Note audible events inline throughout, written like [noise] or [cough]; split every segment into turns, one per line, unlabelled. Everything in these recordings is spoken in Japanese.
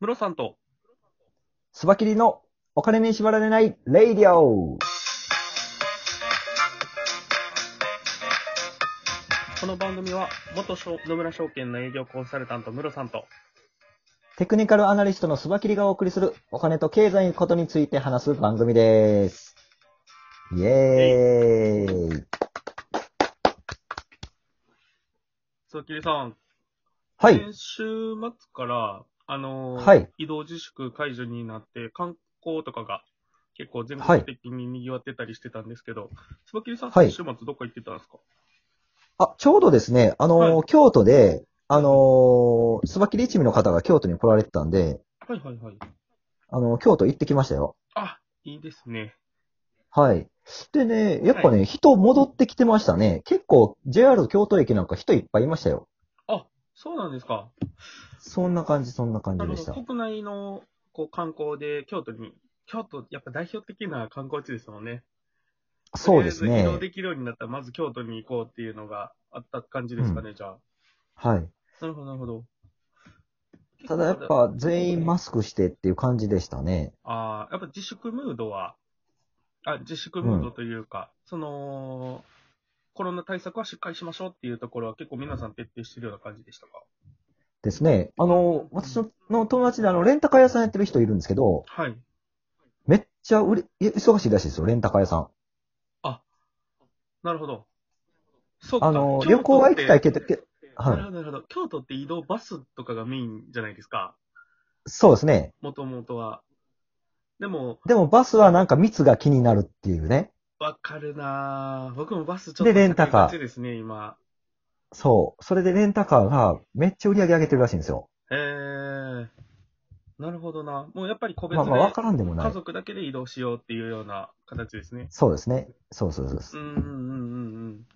ムロさんと、
スバキリのお金に縛られないレイディオ
この番組は、元しょ野村証券の営業コンサルタント、ムロさんと、
テクニカルアナリストのスバキリがお送りするお金と経済のことについて話す番組です。イエーイ
鈴木さん、
はい。
先週末から、あのー
はい
移動自粛解除になって、観光とかが結構全国的に賑わってたりしてたんですけど、つばきりさん、
はい
先週末どこ行ってたんですか、
あ、ちょうどですね、あのー
は
京都で、あのー、スバキリ一味の方が京都に来られてたんで、
はい、はいはいはい
あのー京都行ってきましたよ。
あ、いいですね。
はい。でね、やっぱね、人戻ってきてましたね。結構 JR 京都駅なんか人いっぱいいましたよ。
そうなんですか。
そんな感じ、そんな感
な
じ
る
で
ほ
し
ど。
た。
国内のこう観光で京都に、京都、やっぱ代表的な観光地ですもんね。
そうです
とりあえ
ね
ず移。動できるようになったら、まず京都に行こうっていうのがあった感じですかね、じゃあ。
はい。
なるほど、なるほど。
ただやっぱ全員マスクしてっていう感じでしたね。
ああ、やっぱ自粛ムードは、あ、自粛ムードというか、その、コロナ対策はしっかりしましょうっていうところは結構皆さん徹底してるような感じでしたか
ですね。あの、私の友達であの、レンタカー屋さんやってる人いるんですけど、
はい。
めっちゃ売れ、い忙しいらしいですよ、レンタカー屋さん。
なるほど。そうか。
あの、
京都
旅行は行きたい
って
けど、けは
なる
い
ほ。ど、なるほど。京都って移動バスとかがメインじゃないですか。
そうですね。
もともとは。でも、
でもバスはなんか密が気になるっていうね。
わかるなぁ。僕もバスちょっと
でレンタカー
避けがちですね、今。
そう。それでレンタカーがめっちゃ売り上げ上げてるらしいんですよ。
えー、なるほどな。もうやっぱり個別
まあ
で
まあ、わからんでもな
家
い。
族だけで移動しようっていうような形ですね。
そうですね。そうそうそうです
う。んうんうんうん。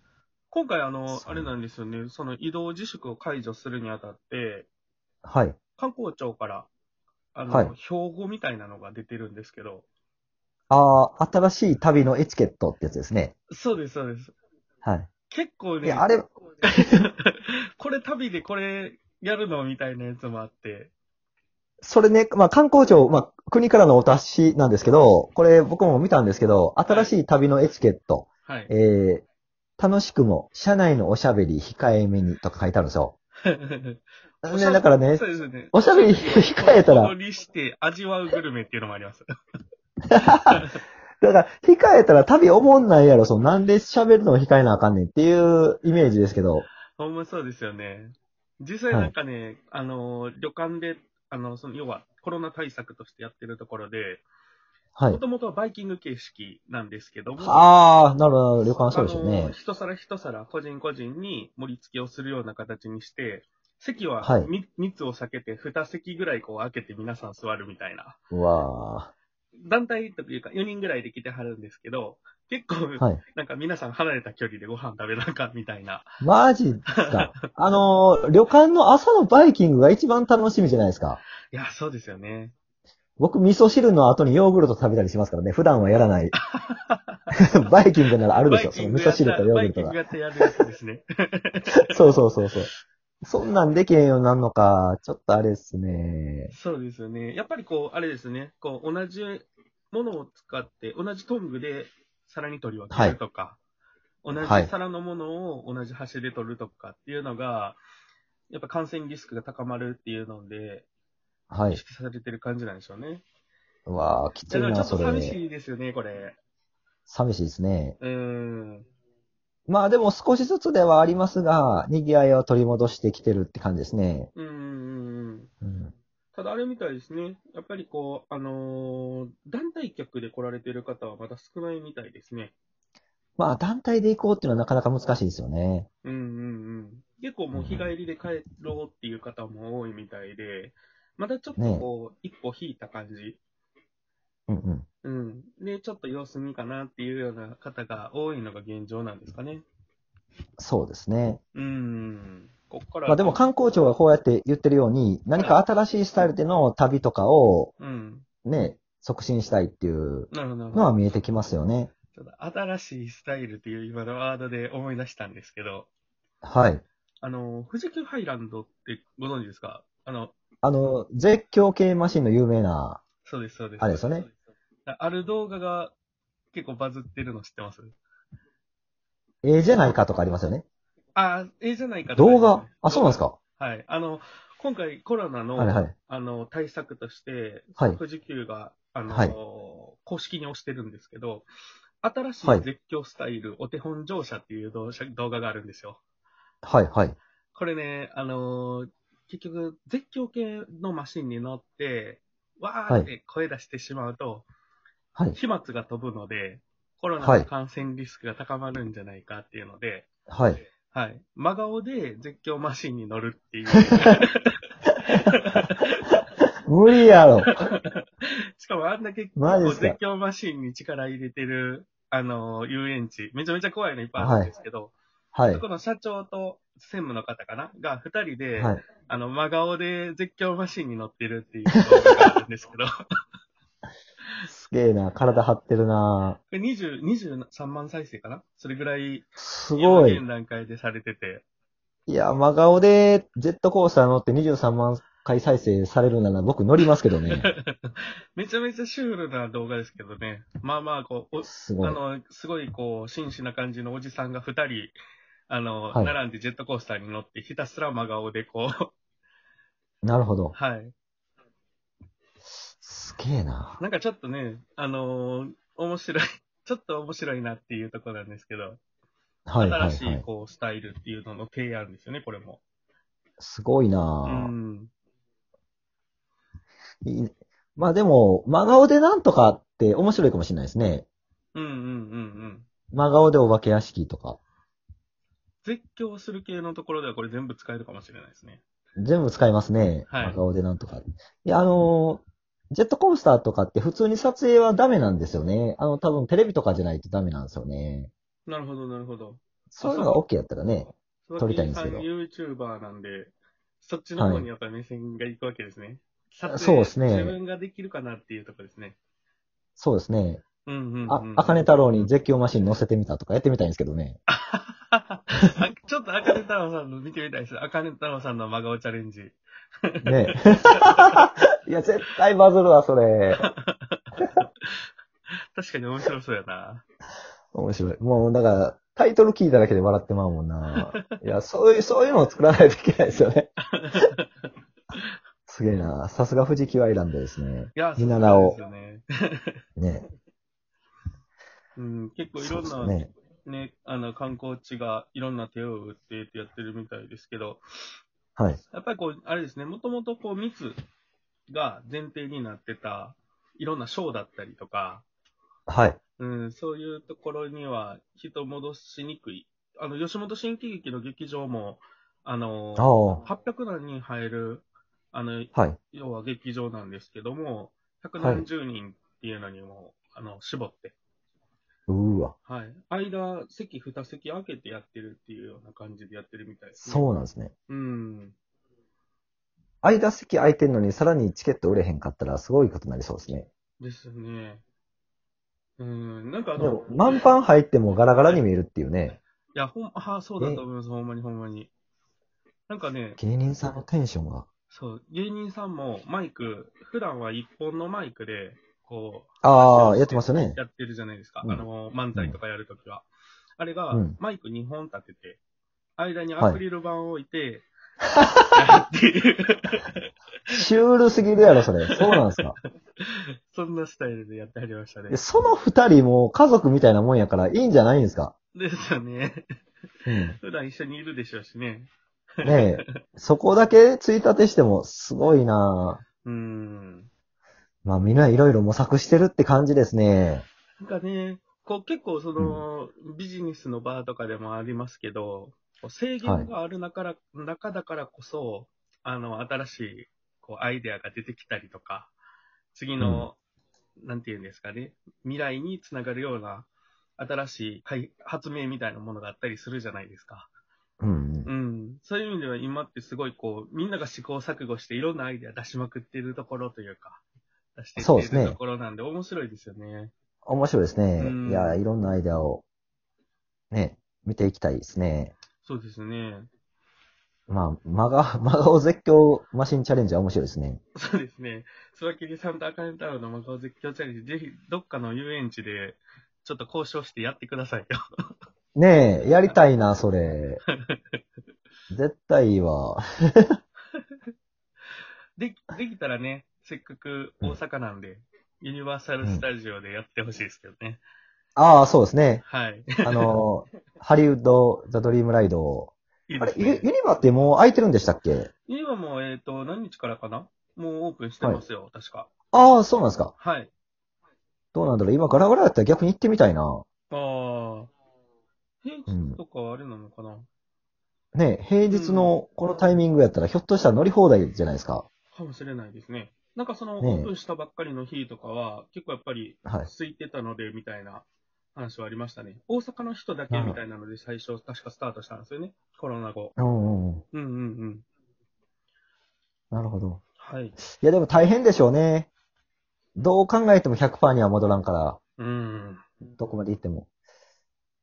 今回あの、
そう
あれなんですよね、その移動自粛を解除するにあたって、
はい。
観光庁から、あの、
はい
標語みたいなのが出てるんですけど、
ああ、新しい旅のエチケットってやつですね。
そうです、そうです。
はい。
結構
い
ね、
や、あ
[laughs]
れ、
これ旅でこれやるのみたいなやつもあって、
それね、まあ、観光庁、まあ、国からのお達しなんですけど、これ僕も見たんですけど、新しい旅のエチケット、
はい。
えー、楽しくも、車内のおしゃべり控えめにとか書いてあるんですよ。
おしゃ
ね、だからね
[laughs] そ、うですね。
おしゃべり控えたら
踊りして味わうグルメっていうのもあり
[laughs]
ます。
だから、控えたら旅思んないやろ、その、なんで喋るのを控えなあかんねんっていうイメージですけど、
ほんまそうですよね。実際なんかね、あの、旅館で、あの、その、要はコロナ対策としてやってるところで、
は
も
い。
ともとはバイキング形式なんですけども、
ああ、なるほど、旅館そうですよ
あの
ね。
一皿一皿、個人個人に盛り付けをするような形にして、席は、
はい
み密を避けて、二席ぐらいこう開けて皆さん座るみたいな。
うわ
団体というか、4人ぐらいで来てはるんですけど、結構、
ーはい。
なんか皆さん離れた距離でご飯食べなあかんみたいな。
マジっすか。あのー、旅館の朝のバイキングが一番楽しみじゃないですか。
いや、そうですよね。
僕、味噌汁の後にヨーグルト食べたりしますからね。普段はや
[laughs]
らない。バイキングならあるでしょ。その味噌汁とヨーグルト
バ
が。
イキングやったやつですね。 [laughs]
そうそうそうそう。そんなんできへんようになんのか。ちょっとあれっすね。
そうですよね。やっぱりこう、あれですね、こう、同じものを使って、同じトングで皿に取り分けるとか、
は
同
い
じ皿のものを同じ箸で取るとかっていうのが、やっぱ感染リスクが高まるっていうので、
は
意
い。
識されてる感じなんでしょうね。
うわあ、きつ
だ
い
からちょ
な、
っと
そ
寂
れ。
しいですよね、これ。
寂しいですね。
うーん。
まあでも少しずつではありますが、賑わいを取り戻してきてるって感じですね。
うーん。
うん、
ただあれみたいですね。やっぱりこう、あのー団体客で来られてる方はまだ少ないみたいですね。
まあ団体で行こうっていうのはなかなか難しいですよね。
うんうんうん。結構もう日帰りで帰ろうっていう方も多いみたいで、またちょっとこう、一歩引いた感じ。
うんうん。
うん。で、ちょっと様子見かなっていうような方が多いのが現状なんですかね。
そうですね。
うん。こっから。
まあでも観光庁がこうやって言ってるように、何か新しいスタイルでの旅とかを
うん。
ね、促進したいっていう
なるほどなるほ
のは
ど。
見えてきますよね。
ちょっと新しいスタイルっていう今のワードで思い出したんですけど、
はい。
あの、富士急ハイランドってご存知ですかあの、
あの、絶叫系マシンの有名な、
そうです、そうです。
あれですよね。
ある動画が結構バズってるの知ってます
ええじゃないかとかありますよね。
あ、ええじゃないかとか
動画、あ、そうなんですか
はい。あの、今回コロナの、
はいはい。
あの、対策として、
はい
富士急が、あの、
はい
公式に推してるんですけど、新しい
はい
絶叫スタイルお手本乗車っていう動画動画があるんですよ。
はい、はい。
これね、あのー結局、絶叫系のマシンに乗って、わーって声出してしまうと、
はい、
飛沫が飛ぶので、コロナ
は
の
い
感染リスクが高まるんじゃないかっていうので、
はい。
はい。真顔で絶叫マシンに乗るって
[laughs]
いう。
無理
[laughs]
やろ。
しかもあんだけ
マジっすか
絶叫マシンに力入れてる、あのー遊園地、めちゃめちゃ怖いのいっぱいあるんですけど、
はい
そ。この社長と専務の方かなが二人で、
はい。
あの、真顔で絶叫マシンに乗ってるっていう動画があるんですけど、 [laughs] こ
すげえな、体張ってるな
れ20 23万再生かなそれぐらい、
すごい
現。段階でされてて、
いや、真顔でジェットコースター乗って23万回再生されるなら僕乗りますけ
[laughs]
どね。
めちゃめちゃシュールな動画ですけどね、まあまあ、こう、
す
お
ご
あ
い。
の、すごいこう、紳士な感じのおじさんが二人、あの、
はい
並んでジェットコースターに乗って、ひたすら真顔でこう、 [laughs]
なるほど。
はい。
すげえな
なんかちょっとね、あのー面白い、ちょっと面白いなっていうところなんですけど、
はいは
新
い
し
はいい。
こう、スタイルっていうのの提案ですよね、これも。
すごいうなん、
ん。
いいまあでも、真顔でなんとかって面白いかもしれないですね。
うんうんうんうん。
真顔でお化け屋敷とか。
絶叫する系のところではこれ全部使えるかもしれないですね。
全部使いますね。
はい
真顔でなんとか。いや、あのージェットコースターとかって普通に撮影はダメなんですよね。あの、多分テレビとかじゃないとダメなんですよね。
なるほど、なるほど。
そういうのが OK やったらね。撮りたいんですけど
佐々木さん YouTuber なんで、そっちの方にやっぱり目線が行くわけですね。撮
そうですね
自分ができるかなっていうところですね。
そうですね。
うんうん、うん。
あ、あかね太郎
[laughs]
に [laughs] 絶叫マシン乗せてみたとかやってみたいんですけどね。
あちょっとあかね太郎さんの見てみたいです。あかね太郎さんの真顔チャレンジ。 [laughs]
ねいや、絶対バズるわ、それ。
確かに面白そうやな。
面白い。もう、だから、タイトル聞いただけで笑ってまうも
[laughs]
んな。いや、そういう、そういうのを作らないといけないですよね。すげえな。さすが富士急アイランドですね。
いや、
見習おう
そうなんですよね。
ね。
うん、結構い
そ
ろ
うです
んな
ね。
ね、あの、観光地がいろんな手を打ってってやってるみたいですけど、
はい。
やっぱりこう、あれですね、もともとこう、密が前提になってた、いろんなショーだったりとか、
はい。
うん、そういうところには人戻しにくい。あの、吉本新喜劇の劇場も、あの、
ああ。
800何人入る、あの、
はい。
要は劇場なんですけども、百何十人っていうのにも、あの、絞って、
うーわ。
はい。間、席二席空けてやってるっていうような感じでやってるみたいですね。
そうなんですね。
うん。
間席空いてんのに、さらにチケット売れへんかったら、すごいことになりそうですね。
ですね。うん。なんかあ
でも
の、、
満帆入ってもガラガラに見えるっていうね。
いや、ほん、ああ、そうだと思います。ほんまにほんまに。なんかね、
芸人さんのテンションが。
そう、芸人さんもマイク、普段は一本のマイクで、こう、
ああ、やってますよね。
やってるじゃないですか。
うん
あの、漫才とかやるときは。あれが
うん、
マイク2本立てて、間に
はい
アクリル板を置い
[laughs]
て、やるっていう、 [laughs]
シュールすぎるやろ、それ。そうなんですか。
そんなスタイルでやってはりましたね
で。その二人も家族みたいなもんやから、いいんじゃないんですか。
ですよね。 [laughs]
うん。
普段一緒にいるでしょうしね。
ねえ。そこだけついたてしても、すごいなぁ
うん。
まあみんないろいろ模索してるって感じですね。
なんかね、こう結構その、ビジネスの場とかでもありますけど、こう制限がある中,、ら中だからこそ、あの、新しいこうアイデアが出てきたりとか、次の、なんていうんですかね、未来につながるような新しい開発明みたいなものがあったりするじゃないですか。
うん。
うん。そういう意味では今ってすごいこう、みんなが試行錯誤していろんなアイデア出しまくってるところというか、出して
そう
い
で
っ
す
てる
ね
ところなんで面白いですよね。
面白いですね。
うん
いや、いろんなアイデアを、ね、見ていきたいですね。
そうですね。
まあ、真顔、 [laughs] 真顔絶叫マシンチャレンジは面白いですね。
そうですね。スワキリさんとアカネ太郎の真顔絶叫チャレンジ、ぜひ、どっかの遊園地で、ちょっと交渉してやってくださいよ。 [laughs]
ねえ、やりたいな、それ。絶対いいわ。
でき、できたらね、せっかく大阪なんで、ユニバーサルスタジオでやってほしいですけどね。
ああ、そうですね。
はい。
あの、ハリウッド・ザ・ドリームライドを。
いいで
あれ、
す
ユユ
ね
ニバってもう空いてるんでしたっけ
今も、えっ、と、何日からかなもうオープンしてますよ、確か。
ああ、そうなんですか。
はい。
どうなんだろう。今ガラガラだったら逆に行ってみたいな。
ああ。平
うん
日とかあれなのかな、
ねえ、平日のこのタイミングやったら、ひょっとしたら乗り放題じゃないですか。
かもしれないですね。なんかその、
ねえ
オープンしたばっかりの日とかは、結構やっぱり
はい。
空いてたので、みたいな話はありましたね。大阪の人だけみたいなので、最初確かスタートしたんですよね。コロナ後。
うんうんう
う
ん。
んうんうん。
なるほど。
はい。
いや、でも大変でしょうね。どう考えても100%には戻らんから、
うん。
どこまで行っても。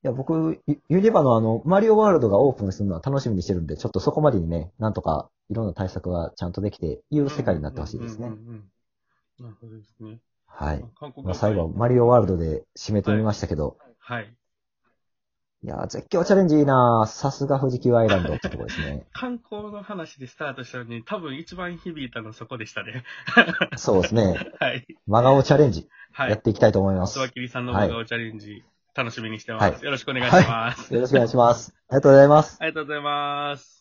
いや、僕、ユユニバのあの、マリオワールドがオープンするのは楽しみにしてるんで、ちょっとそこまでにね、なんとかいろんな対策がちゃんとできて、いう世界になってほしいです
うんう
ね
ん。うんうんなるほどですね。
はい。
韓国
まあ、最後、マリオワールドで締めてみましたけど、
はい。
いやー、絶叫チャレンジいいなーさすが富士急アイランドってとこですね。
観光の話でスタートしたのに、多分一番響いたのはそこでしたね。 [laughs]
そうですね。
はい。
真顔チャレンジ、
は
やっ
い。
ていきたいと思います。
スワ
よ
キリさんの動画をチャレンジ、楽しみにしてます。
はい
よろしくお願いします。
ろしくお願いします。ありがとうございます。
ありがとうございます。